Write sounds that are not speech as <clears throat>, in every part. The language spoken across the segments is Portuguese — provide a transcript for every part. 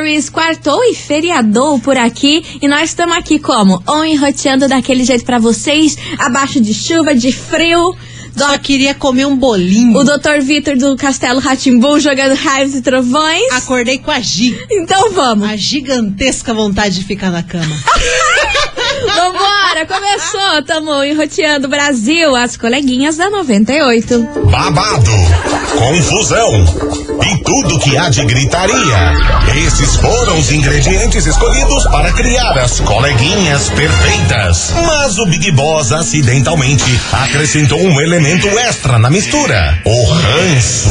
Luiz, quartou e feriadou por aqui e nós estamos aqui como? On enroteando daquele jeito pra vocês, abaixo de chuva, de frio. Só queria comer um bolinho. O doutor Vitor do Castelo Ratimbu jogando raios e trovões. Acordei com a Gi. Então vamos. A gigantesca vontade de ficar na cama. Vambora, começou. Tamo enroteando Brasil, as coleguinhas da 98. babado, confusão e tudo que há de gritaria. Esses foram os ingredientes escolhidos para criar as coleguinhas perfeitas. Mas o Big Boss acidentalmente acrescentou um elemento extra na mistura: o ranço.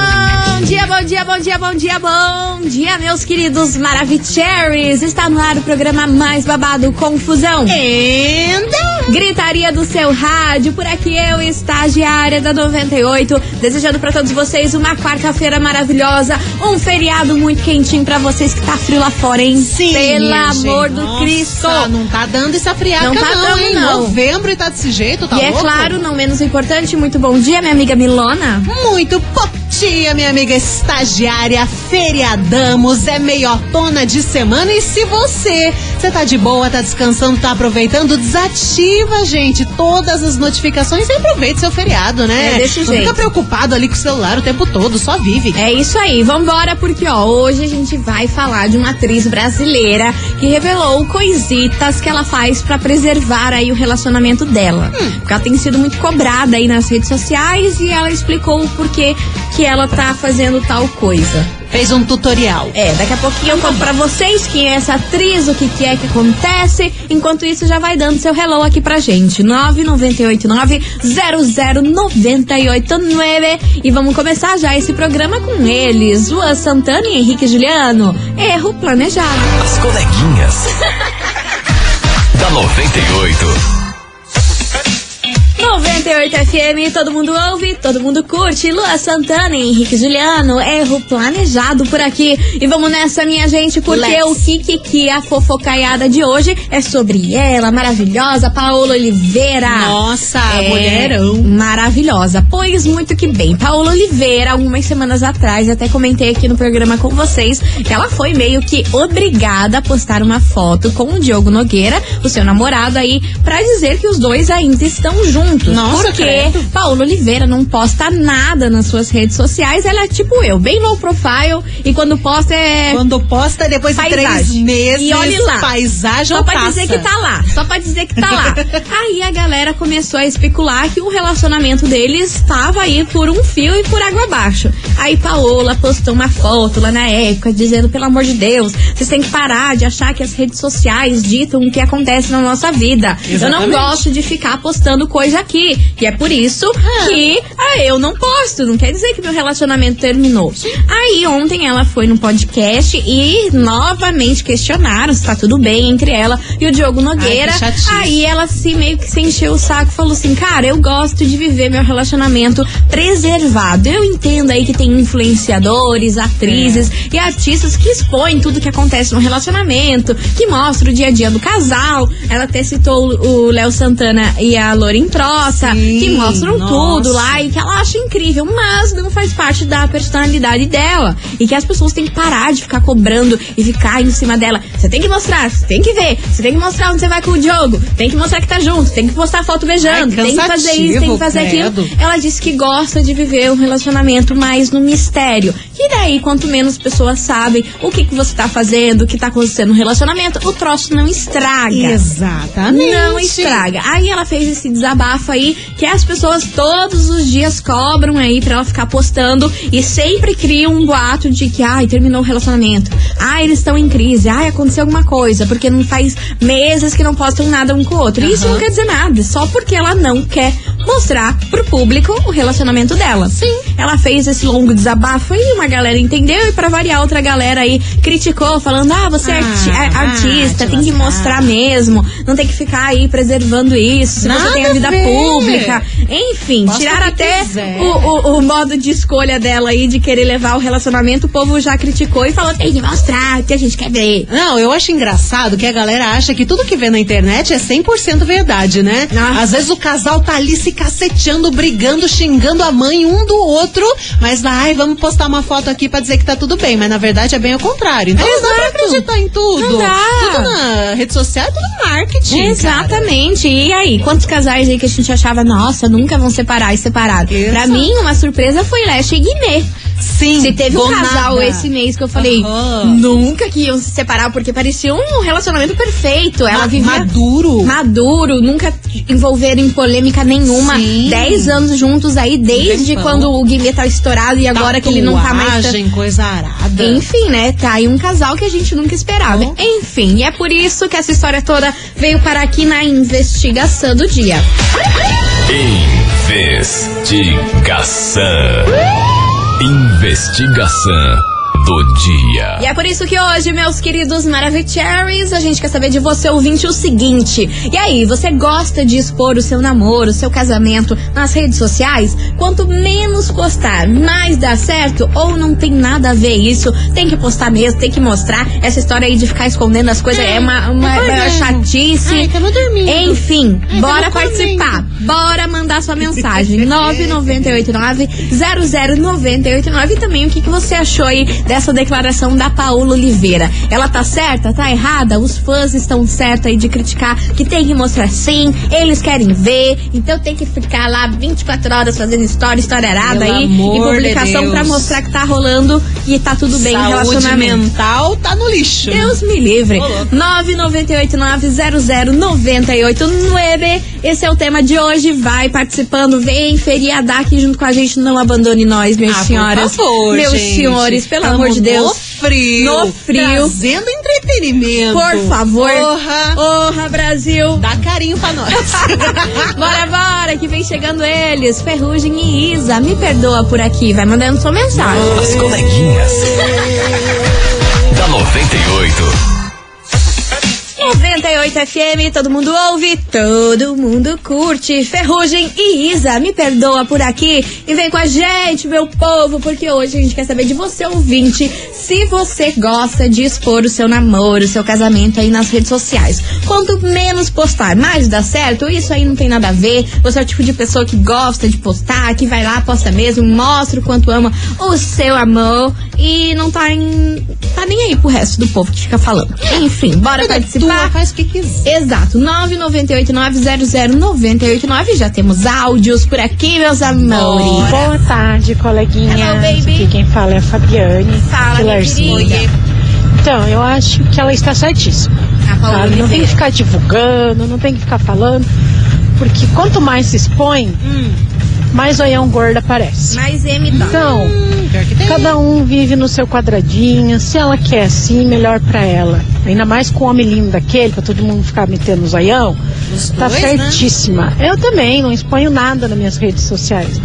Bom dia, bom dia, bom dia, bom dia, bom dia, meus queridos Maravicheries. Está no ar o programa mais babado Confusão. Enda! Gritaria do seu rádio, por aqui eu, estagiária da 98, desejando pra todos vocês uma quarta-feira maravilhosa, um feriado muito quentinho pra vocês que tá frio lá fora, hein? Pelo minha amor gente, do nossa, Cristo! Não tá dando essa friaca, Não não. tá dando, hein? não. Novembro e tá desse jeito, tá e é louco? claro, não menos importante, muito bom dia, minha amiga Milona. Muito bom dia, minha amiga estagiária. Feriadamos, é meiotona de semana. E se você, você tá de boa, tá descansando, tá aproveitando, desativa, gente, todas as notificações e aproveita seu feriado, né? É, desse Não jeito. fica preocupado ali com o celular o tempo todo, só vive. É isso aí, vambora, porque ó, hoje a gente vai falar de uma atriz brasileira que revelou coisitas que ela faz pra preservar aí o relacionamento dela. Porque ela tem sido muito cobrada aí nas redes sociais e ela explicou o porquê que ela tá fazendo tal coisa. Fez um tutorial. É, daqui a pouquinho eu conto pra vocês quem é essa atriz, o que, que é que acontece. Enquanto isso, já vai dando seu hello aqui pra gente. 998900989. E vamos começar já esse programa com eles, Luan Santana e Henrique Juliano. Erro planejado. As coleguinhas. da 98. 98 FM, todo mundo ouve, todo mundo curte. Luan Santana e Henrique Juliano, erro planejado por aqui. E vamos nessa, minha gente, porque Let's. o Kikiki, é a fofocaiada de hoje, é sobre ela, maravilhosa, Paola Oliveira. Nossa, É, mulherão. Maravilhosa. Pois muito que bem. Paola Oliveira, algumas semanas atrás, eu até comentei aqui no programa com vocês, que ela foi meio que obrigada a postar uma foto com o Diogo Nogueira, o seu namorado aí, pra dizer que os dois ainda estão juntos. Nossa, Porque credo. Paola Oliveira não posta nada nas suas redes sociais, ela é tipo eu, bem low profile, e quando posta é Quando posta, depois de três Paisagem. meses, E olhe lá. paisagem Só pra passa. dizer que tá lá. Só pra dizer que tá <laughs> lá. aí a galera começou a especular que o relacionamento deles estava aí por um fio e por água abaixo. Aí Paola postou uma foto lá na época dizendo, pelo amor de Deus, vocês têm que parar de achar que as redes sociais ditam o que acontece na nossa vida. Eu não Exatamente. gosto de ficar postando coisa aqui. E é por isso que ah, eu não posto. Não quer dizer que meu relacionamento terminou. Aí ontem ela foi no podcast e novamente questionaram se tá tudo bem entre ela e o Diogo Nogueira. Ai, que chatice. Aí ela se meio que se encheu o saco e falou assim: Cara, eu gosto de viver meu relacionamento preservado. Eu entendo aí que tem influenciadores, atrizes e artistas que expõem tudo que acontece no relacionamento, que mostra o dia a dia do casal. Ela até citou o Léo Santana e a Lorin Troça, Sim, que mostram tudo nossa. lá e que ela acha incrível, mas não faz parte da personalidade dela. E que as pessoas têm que parar de ficar cobrando e ficar em cima dela. Você tem que mostrar, você tem que ver, você tem que mostrar onde você vai com o Diogo, tem que mostrar que tá junto, tem que postar foto beijando, Ai, tem que fazer isso, tem que fazer cansativo, aquilo. credo. Ela disse que gosta de viver um relacionamento mais no mistério. E daí, quanto menos pessoas sabem o que, que você tá fazendo, o que tá acontecendo no relacionamento, o troço não estraga. Exatamente. Não estraga. Aí ela fez esse desabafo aí que as pessoas todos os dias cobram aí pra ela ficar postando e sempre criam um boato de que, ai, terminou o relacionamento. Ai, eles estão em crise. Ai, aconteceu alguma coisa. Porque não faz meses que não postam nada um com o outro. E isso não quer dizer nada. Só porque ela não quer mostrar pro público o relacionamento dela. Sim. Ela fez esse longo desabafo e uma galera entendeu e pra variar outra galera aí criticou, falando: "Ah, você é arti- Ah, é artista, ah, te tem que lascar." mostrar mesmo, não tem que ficar aí preservando isso, se Nada você tem a vida a ver. pública". Enfim, Posta tiraram o que até quiser. o, o- o modo de escolha dela aí de querer levar o relacionamento, o povo já criticou e falou: "Tem que mostrar o que a gente quer ver". Não, eu acho engraçado que a galera acha que tudo que vê na internet é 100% verdade, né? Ah. Às vezes o casal tá ali se caceteando, brigando, xingando a mãe um do outro, mas ai, vamos postar uma foto aqui pra dizer que tá tudo bem, mas na verdade é bem ao contrário. Então não dá pra Exato. acreditar em tudo. Não dá. Tudo na rede social, é tudo marketing. cara. Exatamente. E aí, quantos casais aí que a gente achava, nossa, nunca vão separar e separaram? Exato. Pra mim, uma surpresa foi Leste e Guiné. Sim. Se teve um do casal nada. esse mês que eu falei, Aham. nunca que iam se separar, porque parecia um relacionamento perfeito. Ela Ma- vivia Maduro. maduro, nunca envolveram em polêmica nenhuma. Sim. Dez anos juntos aí, desde Tempão. quando o Guimê tá estourado e agora que ele não tá mais. tan- Tatuagem, coisa arada. enfim, né? Tá aí um casal que a gente nunca esperava. Bom. Enfim, e é por isso que essa história toda veio parar aqui na investigação do dia. Investigação. Investigação do dia. E é por isso que hoje, meus queridos Maravicheries, a gente quer saber de você, ouvinte, o seguinte. E aí, você gosta de expor o seu namoro, o seu casamento nas redes sociais? Quanto menos postar, mais dá certo? Ou não tem nada a ver isso? Tem que postar mesmo, tem que mostrar. Essa história aí de ficar escondendo as coisas é, uma, uma, tá uma bom. chatice. Ai, tava dormindo. Enfim, Ai, bora tava comendo. participar. Bora mandar sua <laughs> mensagem. 998900989. E também o que, que você achou aí dessa declaração da Paola Oliveira. Ela tá certa? Tá errada? Os fãs estão certos aí de criticar que tem que mostrar sim, eles querem ver, então tem que ficar lá 24 horas fazendo história, história arada Pelo aí e amor de publicação Deus. pra mostrar que tá rolando e tá tudo bem em Saúde relacionamento. mental tá no lixo. Deus me livre. Ô, louco. 998900989. Esse é o tema de hoje. Vai participando, vem feriadar aqui junto com a gente. Não abandone nós, minhas Ah, senhoras. Por favor, meus gente. senhores, pelo Tamo amor de Deus. No frio. No frio. Trazendo entretenimento. Por favor. Porra. Porra, Brasil. Dá carinho <laughs> pra nós. Tá Bora, bora, que vem chegando eles. Ferrugem e Isa, me perdoa por aqui. Vai mandando sua mensagem. As coleguinhas. da 98. 98 FM, todo mundo ouve, todo mundo curte. Ferrugem e Isa, me perdoa por aqui e vem com a gente, meu povo, porque hoje a gente quer saber de você, ouvinte, se você gosta de expor o seu namoro, o seu casamento aí nas redes sociais. Quanto menos postar, mais dá certo? Isso aí não tem nada a ver. Você é o tipo de pessoa que gosta de postar, que vai lá, posta mesmo, mostra o quanto ama o seu amor e não tá em. tá nem aí pro resto do povo que fica falando. Enfim, bora Tua, participar. faz o que quiser. Exato, 998900989. Já temos áudios por aqui, meus amores. Boa tarde, coleguinha. Hello, baby. Aqui quem fala é a Fabiane Fala, de minha Larcinha. querida. Então, eu acho que ela está certíssima. A Paola sabe? Não tem Oliveira. que ficar divulgando, não tem que ficar falando. Porque quanto mais se expõe, Hum. mais oião gordo aparece. Mais M tá? dó. Então, Pior que tem. cada um vive no seu quadradinho. Se ela quer assim, melhor pra ela. Ainda mais com o homem lindo daquele, pra todo mundo ficar metendo os oião. Os Tá dois, né? né? certíssima. Eu também não exponho nada nas minhas redes sociais.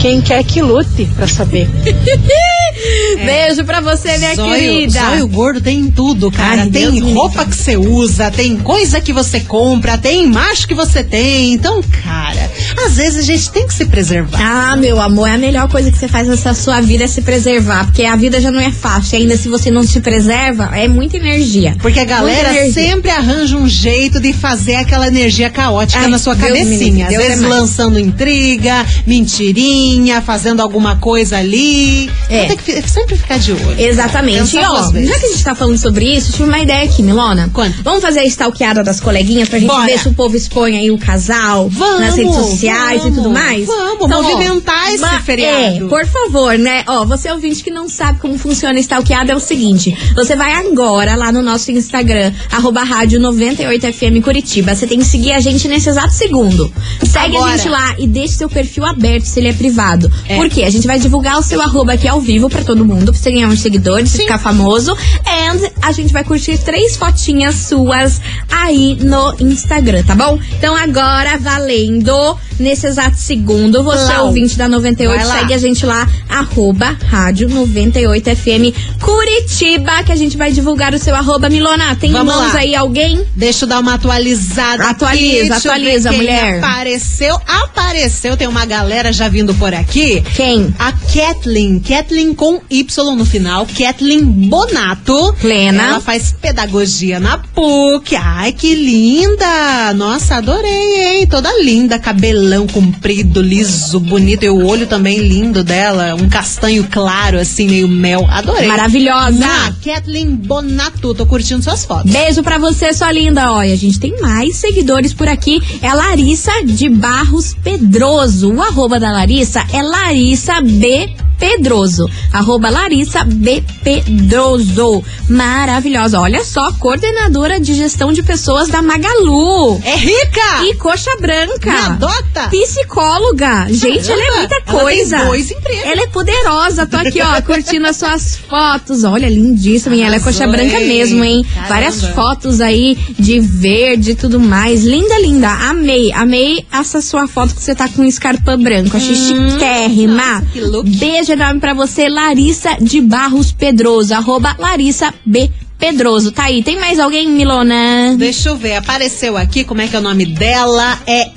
Quem quer que lute pra saber. É. Beijo pra você, minha Né? Zóio, querida. zóio gordo tem em tudo, cara. Ai, tem Deus me roupa que você usa, tem coisa que você compra, tem macho que você tem. Então, cara, às vezes a gente tem que se preservar. Ah, meu amor, é a melhor coisa que você faz nessa sua vida é se preservar, porque a vida já não é fácil. Ainda se você não se preserva, é muita energia. Porque a galera Muita energia. sempre arranja um jeito de fazer aquela energia caótica Ai, na sua Deus me livre, cabecinha. Às Deus é vezes mais. lançando intriga, mentirinha, fazendo alguma coisa ali. É. Então Tem que fi- sempre ficar de olho. Exatamente. Pensar E, ó, duas vezes. já que a gente tá falando sobre isso, eu tive uma ideia aqui, Milona. Quanto? Vamos fazer a stalkeada das coleguinhas pra gente Bora. ver se o povo expõe aí o casal Vamos, nas redes sociais e tudo vamos, mais. Então, vamos, movimentar esse ma- feriado. É, por favor, né? Ó, você ouvinte que não sabe como funciona a stalkeada é o seguinte: você vai agora lá no nosso Instagram, arroba rádio 98FM Curitiba. Você tem que seguir a gente nesse exato segundo. Segue a Agora. gente lá e deixe seu perfil aberto se ele é privado. É. Por quê? A gente vai divulgar o seu arroba aqui ao vivo atrativo pra todo mundo, pra você ganhar uns seguidores, pra Sim. ficar famoso. And a gente vai curtir três fotinhas suas aí no Instagram, tá bom? Então agora, valendo, nesse exato segundo, você Lau. ouvinte da 98, Vai lá. segue a gente lá, arroba rádio 98FM Curitiba, que a gente vai divulgar o seu arroba. Milona, tem Vamos mãos lá. aí alguém? Deixa eu dar uma atualizada. Atualiza, aqui. Deixa eu ver atualiza, quem mulher. Apareceu, apareceu. Tem uma galera já vindo por aqui. Quem? A Kathleen, Kathleen com Y no final, Kathleen Bonato. Plena. Ela faz pedagogia na PUC. Ai, que linda! Nossa, adorei, hein? Toda linda, cabelão comprido, liso, bonito. E o olho também lindo dela, um castanho claro, assim, meio mel. Adorei. Maravilhosa. Ah, Kathleen Bonato, tô curtindo suas fotos. Beijo pra você, sua linda. Olha, a gente tem mais seguidores por aqui. É Larissa de Barros Pedroso. O arroba da Larissa é Larissa B. Pedroso, arroba Larissa B. Pedroso. Maravilhosa. Olha só, coordenadora de gestão de pessoas da Magalu. É rica! E coxa branca. Me adota! Psicóloga. Gente, ela é Caramba, muita ela coisa. tem dois empregos. Ela é poderosa. Tô aqui, ó, curtindo as suas fotos. Olha, lindíssima. E ela é coxa Arrasou, branca hein? mesmo, hein? Caramba. Várias fotos aí de verde e tudo mais. Linda, linda. Amei. Amei essa sua foto que você tá com um escarpão branco. Achei chiquérrima. Hum. nossa, que look. Beijo enorme pra você, Larissa de Barros Pedroso. Arroba Larissa B. Pedroso. Tá aí. Tem mais alguém, Milona? Deixa eu ver, apareceu aqui, como é que é o nome dela? É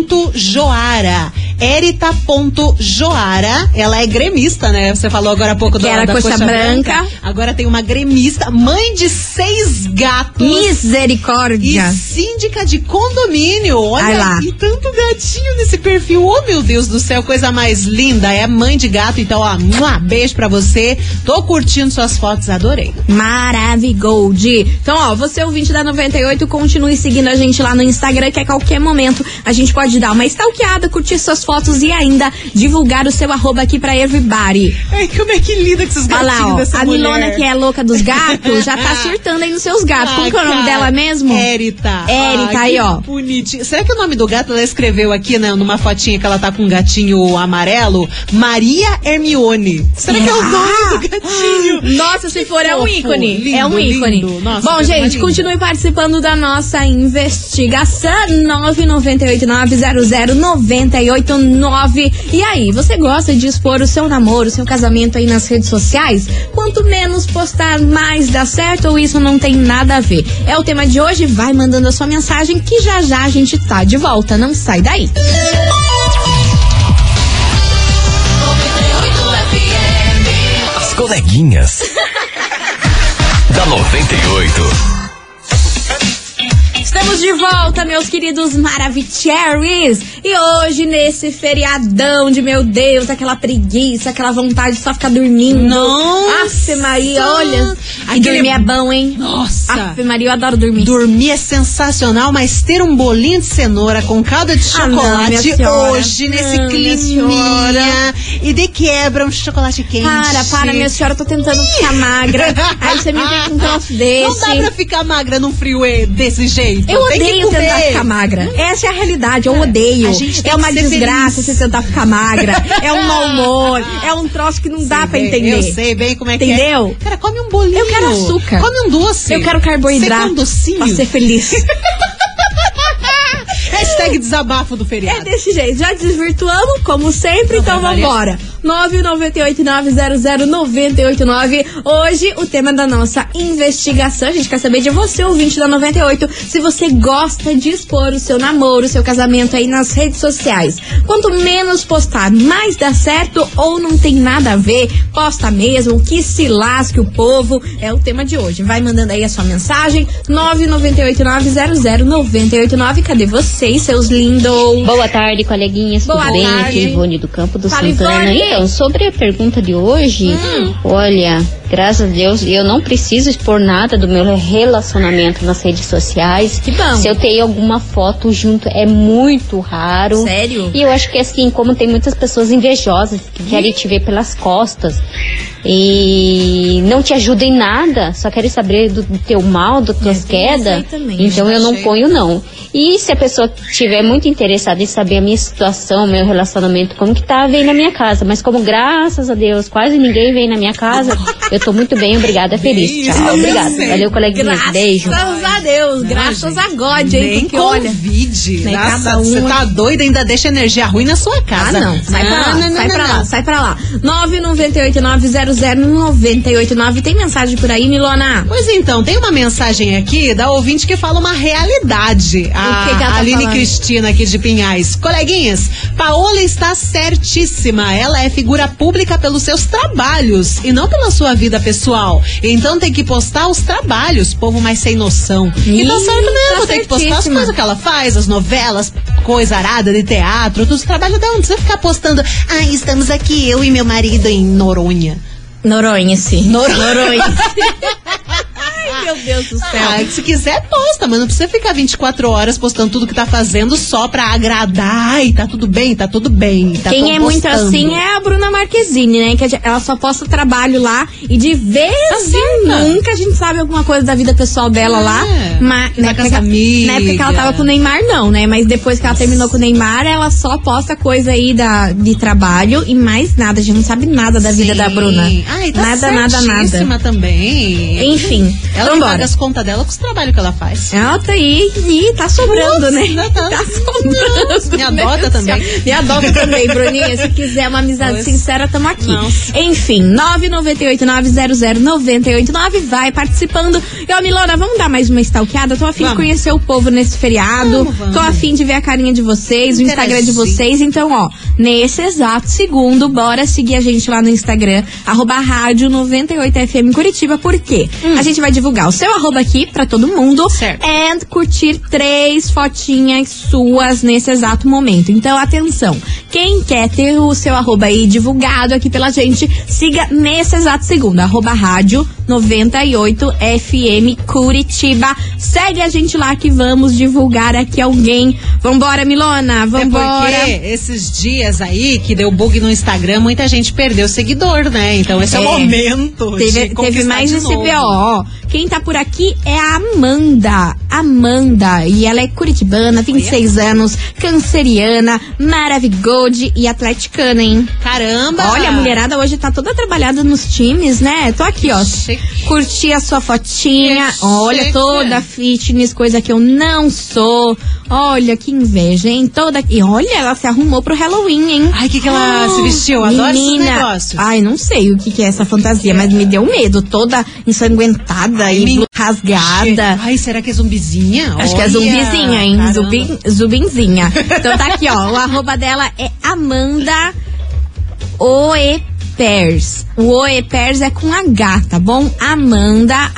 Erita.joara. Erita.joara, ela é gremista, né? Você falou agora há pouco Que do, era da coxa branca. Agora tem uma gremista, mãe de seis gatos. E Misericórdia. síndica de condomínio. Vai Olha, lá. e tanto gatinho nesse perfil. Oh, meu Deus do céu, coisa mais linda. É mãe de gato, então, ó, mua, beijo pra você. Tô curtindo suas fotos, adorei. Maravigold. Então, ó, você ouvinte da 98, continue seguindo a gente lá no Instagram, que a qualquer momento a gente pode dar uma stalkeada, curtir suas fotos e ainda divulgar o seu arroba aqui pra everybody. Ai, como é que linda com esses Olha gatinhos lá, ó, dessa a mulher. Milona que é louca dos gatos, já tá surtando aí nos seus gatos. Como que é o nome dela mesmo? Érita. Érita, Ah, aí, que ó. Bonitinho. Será que o nome do gato ela escreveu aqui, né, numa fotinha que ela tá com um gatinho amarelo? Maria Hermione. Será que é o nome do gatinho? Nossa, se for, é um fofo, ícone. é um lindo, ícone. lindo. Nossa, Bom, coisa mais gente, linda. continue participando da nossa investigação 998900989. E aí, você gosta de expor o seu namoro, o seu casamento aí nas redes sociais? Quanto menos postar, mais dá certo ou isso não tem nada a ver? É o tema de hoje, vai mandando a sua mensagem que já já a gente tá de volta, não sai daí. As coleguinhas. da 98. Estamos de volta, meus queridos Maravicheries! E hoje, nesse feriadão de meu Deus, aquela preguiça, aquela vontade de só ficar dormindo. Nossa! Afe Maria, olha! E Aquele- dormir é bom, hein? Nossa! Afe Maria, eu adoro dormir. Ah, Dormir é sensacional, mas ter um bolinho de cenoura com calda de Ah, não, minha chocolate senhora. hoje, nesse Não, minha climinha, e de quebra um chocolate quente. Para, para, minha senhora, eu tô tentando ficar magra. Aí você me vem com um troço desse. Não dá pra ficar magra num freeway desse jeito. Eu Tem que odeio comer. tentar ficar magra. Essa é a realidade, eu odeio. A gente é tem que uma ser desgraça feliz. você tentar ficar magra. É um mau humor, é um troço que não dá pra Bem, entender. Eu sei bem como é que é. Entendeu? Cara, come um bolinho. Eu quero açúcar. Come um doce. Eu quero Você quer carboidrato um docinho? pra ser feliz. Hashtag desabafo do É feriado. desse jeito. Já desvirtuamos, como sempre, então vai vambora. 998900989. Hoje, o tema da nossa investigação. A gente quer saber de você, ouvinte da 98, se você gosta de expor o seu namoro, o seu casamento aí nas redes sociais. Quanto menos postar, mais dá certo ou não tem nada a ver. Posta mesmo, que se lasque o povo. É o tema de hoje. Vai mandando aí a sua mensagem. 998900989. Cadê vocês, seus lindos? Boa tarde, coleguinhas. Boa Tudo bem? tarde. Aqui é Ivone do Campo do Fala, Santana. Ivone. Hum. Então, sobre a pergunta de hoje, olha, Graças a Deus, eu não preciso expor nada do meu relacionamento nas redes sociais. Que bom. Se eu tenho alguma foto junto, é muito raro. Sério? E eu acho que assim, como tem muitas pessoas invejosas que querem te ver pelas costas e não te ajuda em nada, só querem saber do, do teu mal, das tuas É, tem isso aí quedas. também, né? Então eu eu não achei. ponho não. E se a pessoa tiver muito interessada em saber a minha situação, meu relacionamento, como que tá, vem na minha casa. Mas como graças a Deus quase ninguém vem na minha casa, eu tô muito bem, obrigada, feliz. Tchau, obrigada. Valeu, coleguinhas. Graças Beijo. a Deus, graças a God, hein? Nem porque olha. convide. né, Nossa, cada um- você tá doido, ainda deixa energia ruim na sua Ah, casa. não. Sai pra lá, Não, não, sai não, pra não, lá, não. sai pra lá. 998900989. Tem mensagem por aí, Milona? Pois então, tem uma mensagem aqui da ouvinte que fala uma realidade. A que que ela tá Aline falando? Cristina aqui de Pinhais. Coleguinhas, Paola está certíssima. Ela é figura pública pelos seus trabalhos e não pela sua vida pessoal. Então tem que postar os trabalhos, povo mais sem noção. e tá Ih, certo mesmo, tá tem que postar as certíssima. coisas que ela faz, as novelas, coisa arada de teatro, todos os trabalhos dela. Não precisa ficar postando, ah, estamos aqui, eu e meu marido em Noronha. Noronha, sim. Noronha. <laughs> Ai, meu Deus do céu. Ah, se quiser, posta, mas não precisa ficar 24 horas postando tudo que tá fazendo só pra agradar. Ai, tá tudo bem, tá tudo bem. tá Quem tão é muito postando. assim é a Bruna Marquezine, né? Que a gente- ela só posta trabalho lá e de vez em certa. nunca a gente sabe alguma coisa da vida pessoal dela É. lá. Mas, Tá na, época com as que, ela- amigas. na época que ela tava com o Neymar, não, né? Mas depois que ela terminou com o Neymar, ela só posta coisa aí da, de trabalho e mais nada. A gente não sabe nada da vida Sim. da Bruna. Ai, tá nada, nada, nada. certíssima também. Enfim, Ela vambora. paga as contas dela com os trabalhos que ela faz. Ela tá aí e tá sobrando, Nossa, né? tá- Tá sobrando. Me né? adota também. Me adota também, Bruninha. Se quiser uma amizade Nossa. sincera, tamo aqui. Nossa. Enfim, 998900989 vai participando. E ó, Milona, vamos dar mais uma stalkeada? Tô afim de Vamos. conhecer o povo nesse feriado. Vamos, vamos. Tô afim de ver a carinha de vocês, o Instagram de Interagir. vocês vocês. Então, ó, nesse exato segundo, bora seguir a gente lá no Instagram, arroba rádio 98FM Curitiba, por quê? A gente vai divulgar o seu arroba aqui pra todo mundo Hum. Certo. and curtir três fotinhas suas nesse exato momento. Então, atenção, quem quer ter o seu arroba aí divulgado aqui pela gente, siga nesse exato segundo, arroba rádio 98FM Curitiba. Segue a gente lá que vamos divulgar aqui alguém. Vambora, Milona! É Vambora! porque esses dias aí que deu bug no Instagram, muita gente perdeu seguidor, né? Então esse é, o É. momento de Teve, teve conquistar mais de esse novo. BO. ó. Quem tá por aqui é a Amanda. Amanda. E ela é curitibana, 26 anos, canceriana, maravigold e atleticana, hein? Caramba! Olha, a mulherada hoje tá toda trabalhada nos times, né? Tô aqui, ó. Chique. Curti a sua fotinha. Que Olha, chique. toda fitness, coisa que eu não sou. Olha, que inveja, hein? Toda. E olha, ela se arrumou pro Halloween, hein? Ah, Ai, que que ela se vestiu? Adoro esses Menina, negócios. Ai, não sei o que, que é essa fantasia, mas me deu medo. Toda ensanguentada Ai, e men- rasgada. Ai, será que é zumbizinha? Acho que é Olha, zumbizinha, hein? caramba. Zubin, zubinzinha. Então tá aqui, ó. O arroba dela é Amanda Oepers. O Oepers é com H, tá bom? Amanda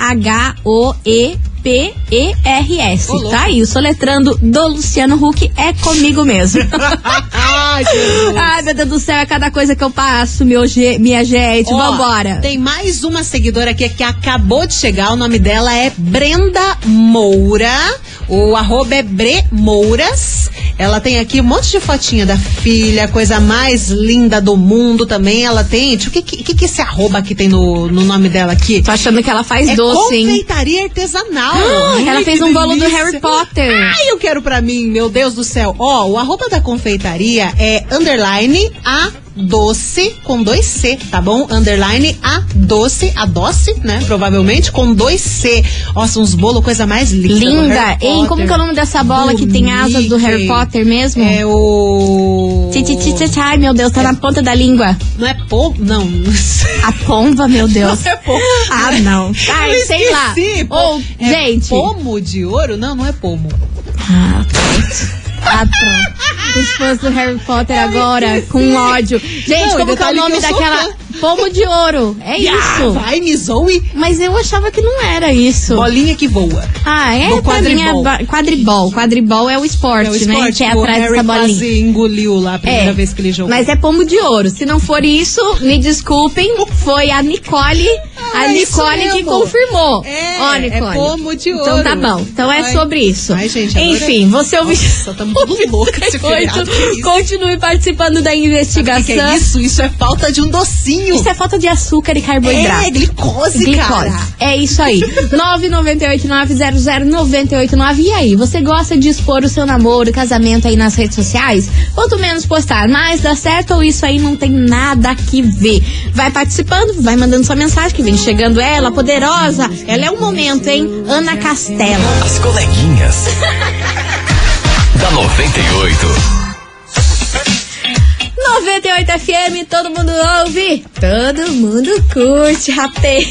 H-O-E. P-E-R-S. Ô, louco. Tá aí, o soletrando do Luciano Huck é comigo mesmo. <laughs> Ai, Jesus. Ai, meu Deus do céu, é cada coisa que eu passo, meu ge- minha gente. Ó, Vambora. Tem mais uma seguidora aqui que acabou de chegar. O nome dela é Brenda Moura. O arroba é Bre Mouras. Ela tem aqui um monte de fotinha da filha, coisa mais linda do mundo também. Ela tem. deixa eu- O que, que, que que esse arroba aqui tem no, no nome dela aqui? Tô achando que ela faz É doce, hein? confeitaria artesanal. Ah, Ai, ela fez que um bolo do delícia. Harry Potter. Ai, eu quero pra mim, meu Deus do céu. Ó, o arroba da confeitaria é underline a doce com dois C, tá bom? Underline a doce, a doce, né? Provavelmente com dois C. Nossa, uns bolos, coisa mais linda. do Linda. Harry Hein, como Potter, que é o nome dessa bola do que tem asas do Harry Mickey. Potter mesmo? É o. Tch, tch, tch, tch, tch, Ai, meu Deus, tá na ponta da língua. Não é pô? Não, não sei. A pomba, meu <laughs> Deus. Não é pô. Ah, não. Ai, Eu sei lá. esqueci, pô. Ou, É gente. Pomo de ouro? Não, não é pomo. Ah, pronto. Ah, pronto. Os fãs do Harry Potter agora, com ódio. Gente, Não, como e que é o detalhe que nome eu sou daquela? fã. Pomo de ouro. É isso. Vai, me zoe. Mas eu achava que não era isso. Bolinha que voa. Ah, é? Do pra mim é quadribol. ba- quadribol. Quadribol é o esporte, É o né? esporte Que é que o atrás Harry dessa bolinha. quase engoliu lá a primeira É, vez que ele jogou. mas é pombo de ouro. Se não for isso, me desculpem, foi a Nicole, A Nicole que confirmou. Ah, É, Ó, é Nicole. pomo de ouro. Então tá bom. Então é Ai. sobre isso. Ai, gente, adorei. Enfim, <laughs> você ouviu. Nossa, tamo tudo louca esse feriado, que isso? Continue participando da investigação. Sabe o que é isso? Isso é falta de um docinho. Isso é falta de açúcar e carboidrato. é glicose, Glicose. cara. É isso <laughs> aí. 998900989. E aí, você gosta de expor o seu namoro, casamento aí nas redes sociais? Quanto menos postar, mais dá certo ou isso aí não tem nada que ver? Vai participando, vai mandando sua mensagem que vem chegando ela, poderosa. Ela é um momento, hein? Ana Castela. As coleguinhas. da 98. 98 FM, todo mundo ouve, todo mundo curte, rapaz.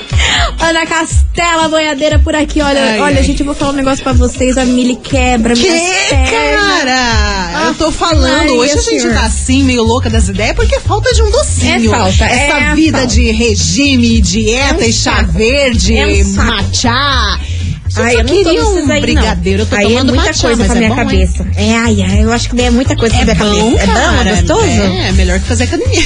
<laughs> Ana Castela, boiadeira por aqui, olha, Ai, olha, ai. gente, eu vou falar um negócio pra vocês, a Mili quebra Que, minhas pernas. cara? Eu tô Ave falando, Maria, hoje a gente senhor. tá assim, meio louca das ideias, porque é falta de um docinho. É falta, é Essa falta. vida de regime, dieta É um e chá saco. verde, É um saco. matcha. Gente, Ai, eu não tô queria nesses um aí, não. brigadeiro, eu tô Aí tomando é muita matcha, coisa mas pra é minha bom, hein? cabeça. É, ai, ai, eu acho que é muita coisa É pra minha bom, cabeça. cara. é bom, é gostoso? É, melhor que fazer academia.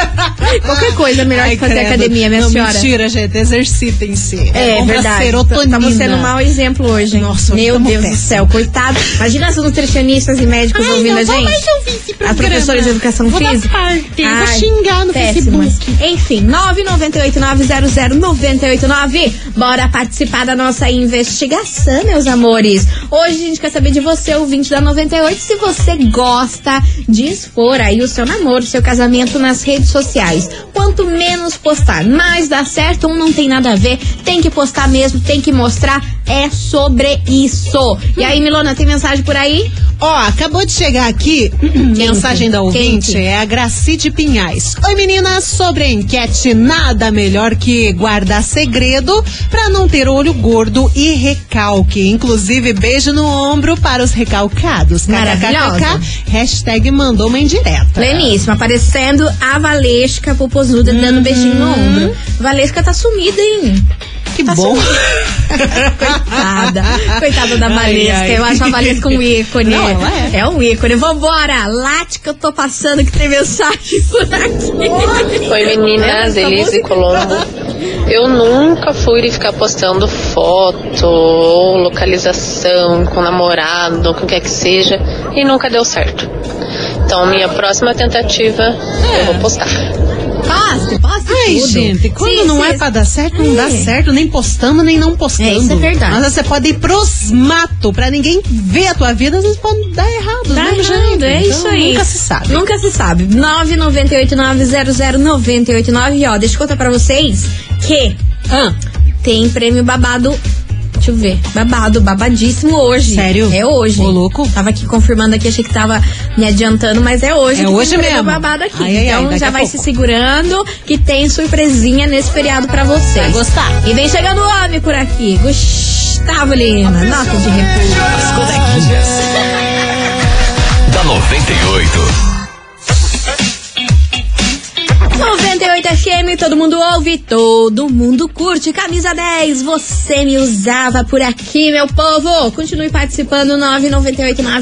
<laughs> Qualquer coisa é melhor Ai, que fazer credo. academia, minha não, senhora. Mentira, gente, exercitem-se. É, bom pra verdade. serotonina. Estamos sendo um mau exemplo hoje, hein? Nossa, hoje Meu tamo Deus do péssimo. céu, coitado. Imagina as nutricionistas e médicos Ai, ouvindo não a vou gente. mais ouvir esse As programa. professoras de educação Vou dar física. parte, vou xingar no péssimas. Enfim, 998900989. Bora participar da nossa investigação, meus amores. Hoje a gente quer saber de você, ouvinte da 98, se você gosta de expor aí o seu namoro, o seu casamento nas redes sociais. Quanto menos postar, mais dá certo, um não tem nada a ver, tem que postar mesmo, tem que mostrar, é sobre isso. E aí, Milona, tem mensagem por aí? Ó, acabou de chegar <clears throat> aqui mensagem da ouvinte, Quente. é a Gracide Pinhais. Oi meninas, sobre a enquete, nada melhor que guardar segredo pra não ter olho gordo e recalque. Inclusive, beijo no ombro para os recalcados. Maravilhosa. KKKK, hashtag mandou uma indireta. Pleníssima, aparecendo a Valesca Popozuda Uhum. dando beijinho no ombro. Valesca tá sumida, hein? que tá bom. <laughs> Coitada. Coitada da Ai, Valesca. ai. Eu acho a Valesca um ícone. Não, ela é. um ícone. Vambora! Late que eu tô passando que tem mensagem <laughs> por aqui. tá Oi meninas, Elise e Colombo. Eu nunca fui de ficar postando foto ou localização com namorado, com o que é que seja, e nunca deu certo. Então, minha próxima tentativa eu vou postar. Poste, poste Ai, tudo. gente, quando Sim, não sim, é pra dar certo, não dá É. certo, nem postando, nem não postando. É, isso é verdade. Mas você pode ir pros mato, pra ninguém ver a tua vida, às vezes pode dar errado. do Tá mesmo errado, jeito. é Então, isso aí. Nunca se sabe. Nunca se sabe. 998900989. E ó, deixa eu contar pra vocês que Ah, tem prêmio babado. Deixa eu ver. Babado, babadíssimo hoje. Sério? É hoje. Ô, louco. Tava aqui confirmando aqui, achei que tava me adiantando, mas é hoje. É que tem hoje prêmio mesmo. babado aqui. Ai, ai, ai, então daqui já a vai se pouco. segurando que tem surpresinha nesse feriado pra vocês. Vai gostar. E vem chegando o homem por aqui. Gustavo Lima, nota de repúdio. As coleguinhas. da 98. 98 FM, todo mundo ouve, todo mundo curte. Camisa 10, você me usava por aqui, meu povo. Continue participando,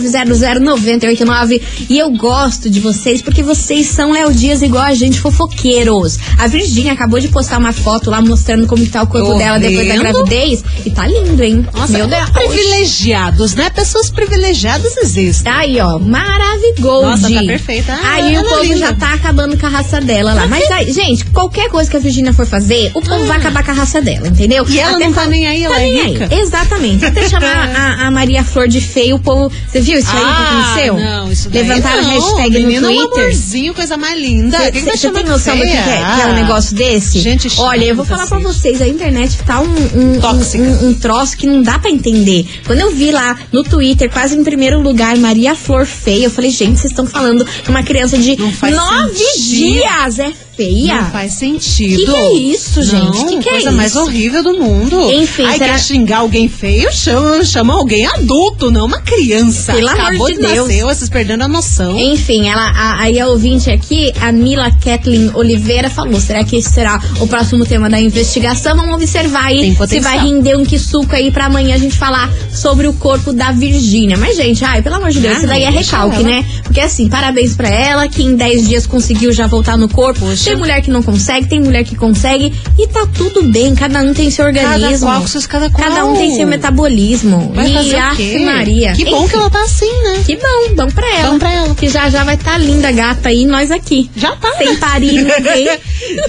998900989. E eu gosto de vocês porque vocês são Léo Dias igual a gente, fofoqueiros. A Virgínia acabou de postar uma foto lá mostrando como que tá o corpo Tô dela depois da vendo. gravidez. E tá lindo, hein? nossa, meu Deus. privilegiados, né? Pessoas privilegiadas existem. Tá aí, ó. Maravigold. Nossa, tá perfeita. Ah, aí o ela é povo linda. já tá acabando com a raça dela lá. Mas aí, gente, qualquer coisa que a Virginia for fazer, o povo vai acabar com a raça dela, entendeu? Ah. E ela não tá nem aí, ela tá é nem aí. rica. É. Exatamente. Até <laughs> chamar a, a Maria Flor de feio, o povo. Você viu isso aí Ah, que aconteceu? Não, isso daí Levantaram não. a hashtag no Menino é um Twitter. amorzinho, coisa mais linda. Quem vai Você chamar tem de noção do que, que, é, feia? que é um negócio desse? ah. Gente chata, Olha, eu vou falar pra cacete. vocês, a internet tá um, um, Tóxica. um, um troço que não dá pra entender. Quando eu vi lá no Twitter, quase em primeiro lugar, Maria Flor feia, eu falei, gente, vocês estão falando que uma criança de Não faz nove sentido. dias é feia. Não faz sentido. Que que é isso, gente? Não, Que que é coisa isso? mais horrível do mundo. Enfim, Aí será- quer xingar alguém feio, chama, chama alguém adulto, não uma criança. Pelo amor Acabou de de Deus. nascer, vocês perdendo a noção. Enfim, ela, a, aí a ouvinte aqui, a Mila Kathleen Oliveira, falou: será que esse será o próximo tema da investigação? Vamos observar aí Tem se potencial. vai render um que suco aí pra amanhã a gente falar sobre o corpo da Virgínia. Mas, gente, ai, pelo amor de Deus, Ah, isso daí é não, deixa recalque, ela. né? Porque assim, parabéns pra ela, que em 10 dias conseguiu já voltar no corpo. Poxa Tem mulher que não consegue, tem mulher que consegue. E tá tudo bem, cada um tem seu organismo. qual com seus cada qual. um tem seu metabolismo. Vai e fazer o Ave quê? Maria. Que bom Enfim, que ela tá assim, né? Que bom, bom pra ela. Bom pra ela. Que já já vai estar tá linda, gata, e nós aqui. Já tá. Sem parir ninguém.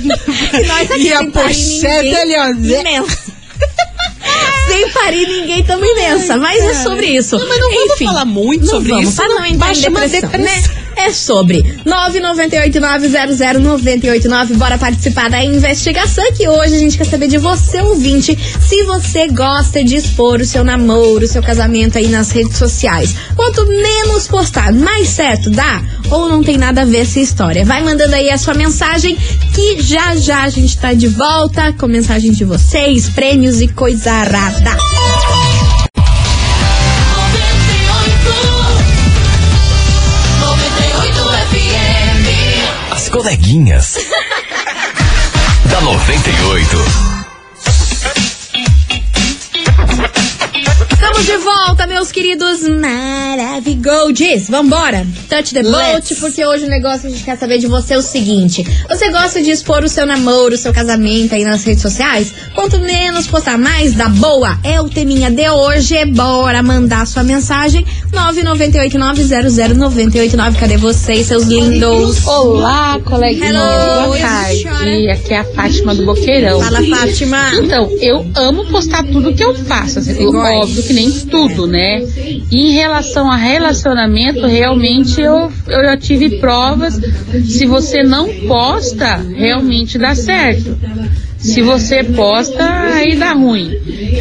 <laughs> e nós aqui, E a sem parir pochete ninguém. ali, ó, né? Imensa. <laughs> sem parir ninguém, tamo imensa. Mas é sobre isso. Não, mas não vamos Enfim, falar muito não sobre vamos, isso, Pra não não entrar em baixa uma depressão, né? depressão. É sobre 998900989. Bora participar da investigação que hoje a gente quer saber de você, ouvinte, se você gosta de expor o seu namoro, o seu casamento aí nas redes sociais. Quanto menos postar, mais certo dá? Ou não tem nada a ver essa história? Vai mandando aí a sua mensagem que já já a gente tá de volta com mensagem de vocês, prêmios e coisa arada. As coleguinhas. da 98. Estamos de volta, meus queridos maravigoldis. Vambora, touch the boat, Let's. porque hoje o negócio que a gente quer saber de você é o seguinte. Você gosta de expor o seu namoro, o seu casamento aí nas redes sociais? Quanto menos postar mais, dá boa. É o teminha de hoje. Bora mandar sua mensagem. 998900989. Cadê vocês, seus lindos? Olá, coleguinha. Hello, Boa tarde. senhora. Aqui é a Fátima do Boqueirão. Fala, Fátima. Então, eu amo postar tudo que eu faço. Assim, Igual. óbvio que nem tudo, né? E em relação a relacionamento, realmente eu, eu já tive provas. Se você não posta, realmente dá certo. Se você posta, aí dá ruim.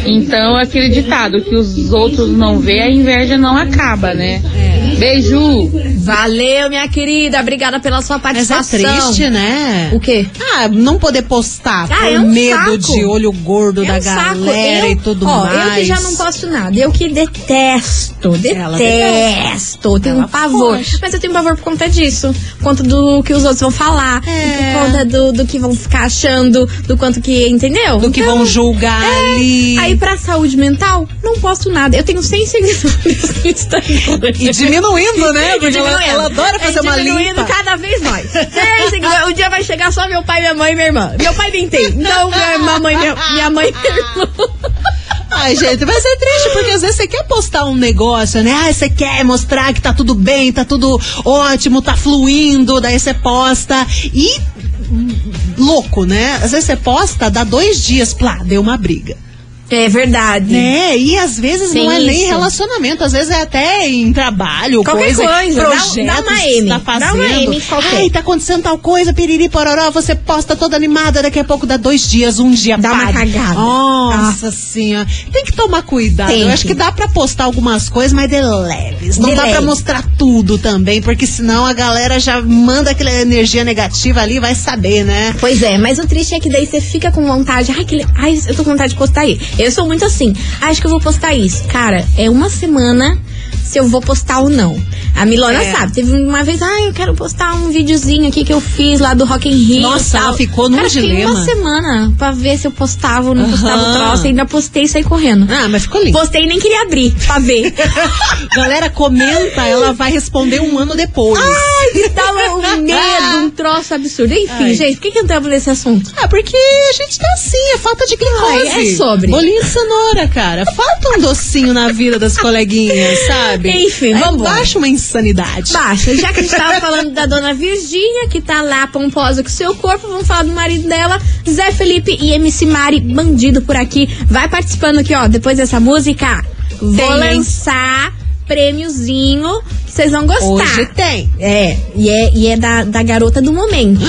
Então, é aquele ditado que os outros não vê, a inveja não acaba, né? Beijo! Valeu, minha querida. Obrigada pela sua Mas é participação. triste, né? O quê? Ah, não poder postar Ah, por é um medo saco. de olho gordo É da um saco. galera Eu- e tudo ó, mais. Eu que já não posso nada. Eu que detesto. Ela Detesto. Tenho um Ela pavor. foge. Mas eu tenho pavor por conta disso. Por conta do que os outros vão falar. É. Por conta do, do que vão ficar achando. Do quanto que. Entendeu? é. Do que vão julgar ali. Então, Aí pra saúde mental, não posto nada. Eu tenho 100 seguidores no Instagram. <laughs> E diminuindo, né? Porque ela, Diminuindo. ela adora fazer É, uma diminuindo limpa. cada vez mais. Sem seguidor. Um dia vai chegar só meu pai, minha mãe e minha irmã. Meu pai nem tem. Não, minha irmã, mãe, minha, minha mãe e minha irmã. Ai, Ah, gente, vai ser triste, porque às vezes você quer postar um negócio, né? Ah, você quer mostrar que tá tudo bem, tá tudo ótimo, tá fluindo, daí você posta e hum, louco, né? Às vezes você posta, dá dois dias, plá, deu uma briga. É verdade. Né? E às vezes não Tem é nem isso. relacionamento, às vezes é até em trabalho, Qualquer coisa, dá- projetos dá uma que M, tá dá fazendo. uma M qualquer. Ai, tá acontecendo tal coisa, piriri pororó, você posta toda animada, daqui a pouco dá dois dias, um dia Dá uma pare. cagada. Ah. Nossa senhora. Tem que tomar cuidado. Tem Eu acho que. que dá pra postar algumas coisas, mas de leves. Não De dá pra leve. mostrar tudo também, porque senão a galera já manda aquela energia negativa ali, vai saber, né? Pois é, mas o triste é que daí você fica com vontade. Ai, que le- Ai, eu tô com vontade de postar isso. Eu sou muito assim. "Ah, Acho que eu vou postar isso. Cara, é uma semana se eu vou postar ou não. A Milona É. sabe. Teve uma vez, ai, eu quero postar um videozinho aqui que eu fiz lá do Rock in Rio. Nossa, tal." ela ficou num Cara, eu fiquei dilema. uma semana pra ver se eu postava ou não postava o Aham. troço. Ainda postei e saí correndo. Ah, mas ficou lindo. Postei e nem queria abrir pra <laughs> ver. Galera, comenta, ela vai responder um ano depois. Me dá <laughs> um medo, um troço absurdo. Enfim, Ai. gente, por que, que entramos nesse assunto? Ah, porque a gente tá assim, é falta de glicose. Ai, é sobre. Bolinho de cenoura, cara. Falta um docinho na vida das coleguinhas, sabe? Enfim, Aí vambora. Baixa uma insanidade. Baixa, já que a gente <laughs> tava falando da dona Virgínia, que tá lá pomposa com seu corpo, vamos falar do marido dela, Zé Felipe e MC Mari, bandido por aqui. Vai participando aqui, ó, depois dessa música. Vou Tem, hein? lançar prêmiozinho que vocês vão gostar. Hoje <gasps> tem. É, e é, e é da, da garota do momento.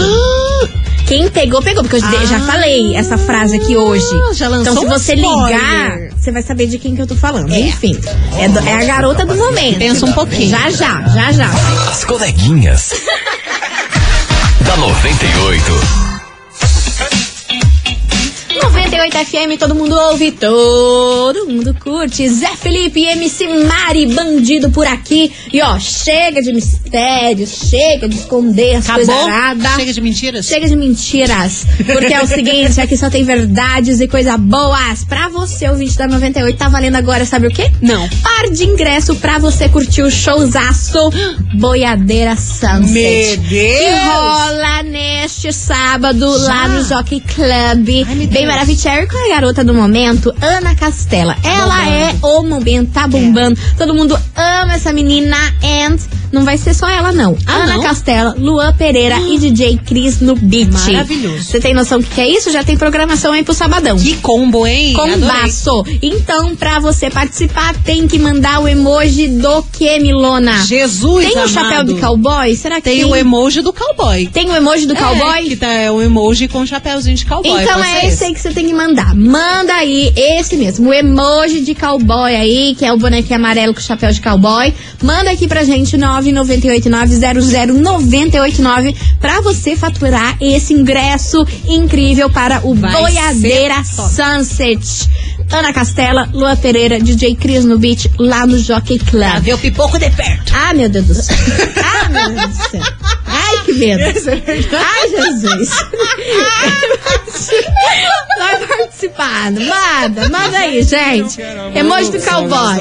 Quem pegou, pegou, porque eu de- já Ah, falei essa frase aqui hoje. já lançou então, se um você spoiler. ligar, você vai saber de quem que eu tô falando. É. Enfim, é, do- é a garota do momento. Pensa um pouquinho. Já, já, já, já. As coleguinhas. da 98. 98 FM, todo mundo ouve, todo mundo curte. Zé Felipe, MC Mari, bandido por aqui. E ó, chega de mistérios, chega de esconder as coisas Acabou? nada. Chega de mentiras? Chega de mentiras. Porque é o seguinte, aqui só tem verdades e coisas boas. Pra você, o vídeo da 98, tá valendo agora, sabe o quê? Não. Par de ingresso pra você curtir o showzaço Boiadeira Sunset. Meu Deus! Que rola neste sábado lá no Jockey Club. Bem maravilhoso com a garota do momento, Ana Castela. Tá Ela é o momento, tá bombando. Todo mundo ama essa menina. And não vai ser só ela, não. Ana Ah, não? Castela, Luan Pereira e DJ Cris no beat. Maravilhoso. Você tem noção do que é isso? Já tem programação aí pro sabadão. Que combo, hein? Adorei. Combaço. Então, pra você participar, tem que mandar o emoji do que, Milona? Jesus Ah, tem o amado. chapéu de cowboy? Será que Tem o emoji do cowboy. Tem o emoji do É, que cowboy? tá, é um emoji com um chapéuzinho de cowboy. Então pode ser é esse aí que você tem que mandar. Manda aí esse mesmo, o emoji de cowboy aí, que é o bonequinho amarelo com chapéu de cowboy. Manda aqui pra gente, 998900989, pra você faturar esse ingresso incrível para o Vai Boiadeira ser top. Sunset. Ana Castela, Lua Pereira, DJ Cris no Beat, lá no Jockey Pra Club. ver o pipoco de perto. Ah, meu Deus do céu. Ah, meu Deus do céu. Ai, que medo. Ai, Jesus. Vai participar. Manda, manda aí, gente. Emoji do cowboy.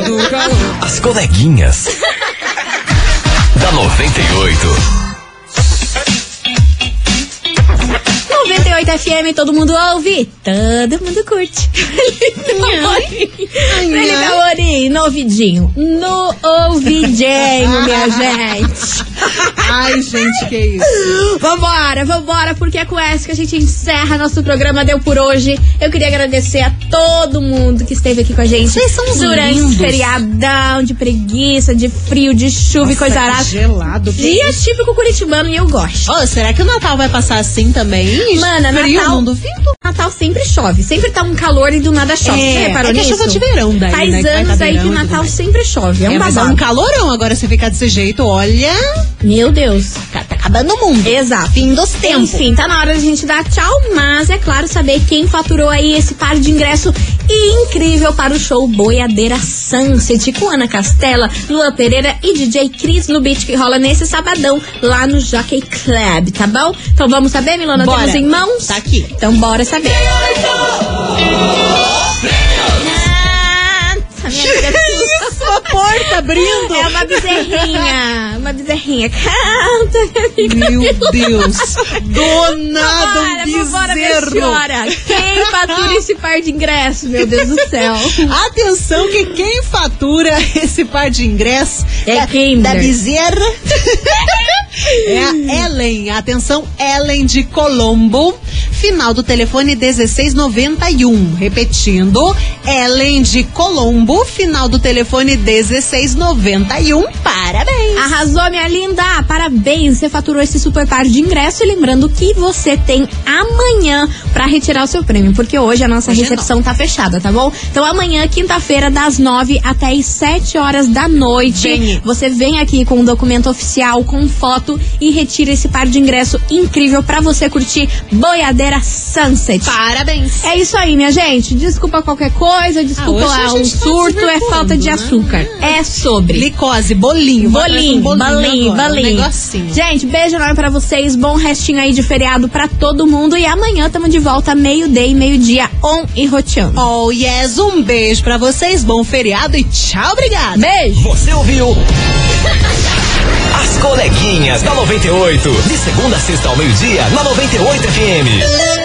As coleguinhas. da 98. 98 FM, todo mundo ouve, todo mundo curte. Ele tá no ouvidinho. No ouvidinho, minha gente. Ai, gente, que isso. Vambora, vambora, porque é com essa que a gente encerra nosso programa Deu por hoje. Eu queria agradecer a todo mundo que esteve aqui com a gente. Vocês são Durante lindos. esse feriadão, de preguiça, de frio, de chuva e coisa Nossa, que arada. gelado. que Dia típico curitibano e eu gosto. Ô, será que o Natal vai passar assim também? Mana, Frio, Natal- não duvido. Natal sempre chove, sempre tá um calor e do nada chove. É, Você reparou é que é nisso? chuva de verão daí, Faz né, que vai anos tá aí que verão o e tudo Natal mais. sempre chove, é um mas é um babado. calorão agora você ficar desse jeito. Olha, Meu Deus. tá, tá acabando o mundo. Exato. Fim dos tempos. Enfim, tá na hora da gente dar tchau, mas é claro saber quem faturou aí esse par de ingresso incrível para o show Boiadeira Sunset com Ana Castela, Luan Pereira e DJ Cris no beat que rola nesse sabadão lá no Jockey Club, tá bom? Então vamos saber, Milona, Bora. temos em mãos? Tá aqui. Então bora saber. Ah, minha amiga Sua porta <laughs> <laughs> abrindo. é uma bezerrinha. Uma bezerrinha. Canta, minha amiga. Meu <laughs> Deus. Donado um Vambora, vambora, minha bezerro. senhora. Quem fatura esse par de ingresso, meu Deus do céu? Atenção que quem fatura <laughs> esse par de ingressos É da- Kinder. da bezerra <laughs> é a Ellen. Atenção, Ellen de Colombo. Final do telefone 1691. Repetindo, Ellen de Colombo. Final do telefone 1691. Parabéns. Arrasou, minha linda! Parabéns, você faturou esse super par de ingresso. E lembrando que você tem amanhã pra retirar o seu prêmio, porque hoje a nossa Hoje é recepção tá fechada, tá bom? Então amanhã, quinta-feira, das nove até as sete horas da noite, Vem. você vem aqui com um documento oficial, com foto e retira esse par de ingresso incrível pra você curtir Boiadeira Sunset. Parabéns. É isso aí, minha gente. Desculpa qualquer coisa, desculpa Ah, hoje a um gente tá surto, é desvirtuando, falta de né? açúcar. É sobre. Glicose, bolinho. Vou atrás de Bolinho, um bolinho, agora, um bolinho. negocinho. gente, beijo enorme pra vocês. Bom restinho aí de feriado pra todo mundo. E amanhã tamo de volta, meio-dia e meio-dia, on e roteando. Oh, yes. Um beijo pra vocês. Bom feriado e tchau, obrigada. Beijo! Você ouviu? As coleguinhas da 98. De segunda a sexta ao meio-dia, na 98 FM.